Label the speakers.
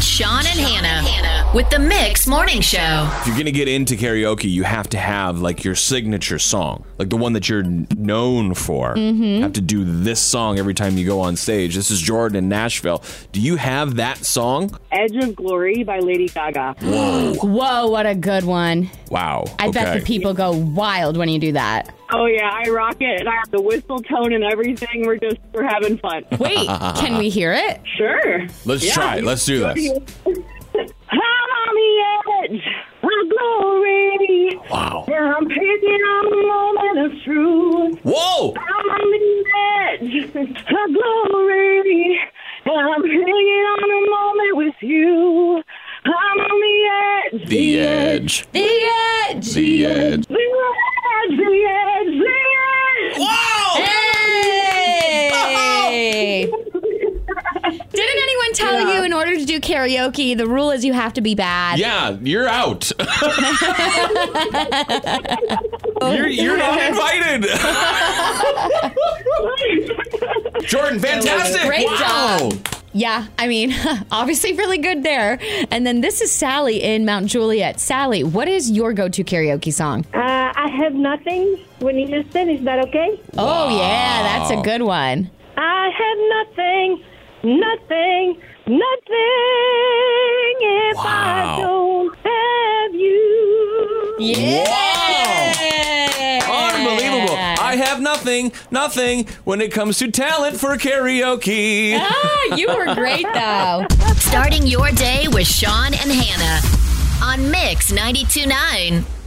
Speaker 1: Sean and Hannah with the Mix Morning Show.
Speaker 2: If you're gonna get into karaoke, you have to have like your signature song, like the one that you're n- known for. You have to do this song every time you go on stage. This is Jordan in Nashville. Do you have that song?
Speaker 3: Edge of Glory by Lady Gaga.
Speaker 4: Whoa, what a good one.
Speaker 2: Wow.
Speaker 4: I bet the people go wild when you do that.
Speaker 3: Oh yeah, I rock it, and I have the whistle tone and everything. We're just we're having fun.
Speaker 4: Wait, can we hear it?
Speaker 3: Sure.
Speaker 2: Let's try it. Let's do this.
Speaker 3: I'm on the edge of glory.
Speaker 2: Wow.
Speaker 3: Yeah, I'm picking up a moment of truth.
Speaker 2: Whoa!
Speaker 3: I'm on the edge of glory. And I'm hanging on a moment with you. I'm on the edge.
Speaker 2: The edge.
Speaker 4: The edge.
Speaker 2: The edge.
Speaker 3: The edge. The edge. The edge.
Speaker 2: Wow!
Speaker 4: Hey! Didn't anyone tell
Speaker 3: Yeah.
Speaker 4: you in order to do karaoke, the rule is you have to be bad?
Speaker 2: Yeah, you're out. you're, you're not invited. Jordan, fantastic.
Speaker 4: Great
Speaker 2: wow.
Speaker 4: Yeah, I mean, obviously really good there. And then this is Sally in Mount Juliet. Sally, what is your go to karaoke song?
Speaker 5: Uh, I have nothing. Whitney Houston, is that okay?
Speaker 4: Oh, yeah, that's a good one.
Speaker 5: I have nothing, nothing, nothing if
Speaker 2: Wow.
Speaker 5: I don't have you.
Speaker 4: Yeah.
Speaker 2: Unbelievable. I have nothing, nothing when it comes to talent for karaoke.
Speaker 4: ah, you were great, though.
Speaker 1: Starting your day with Sean and Hannah on Mix 929.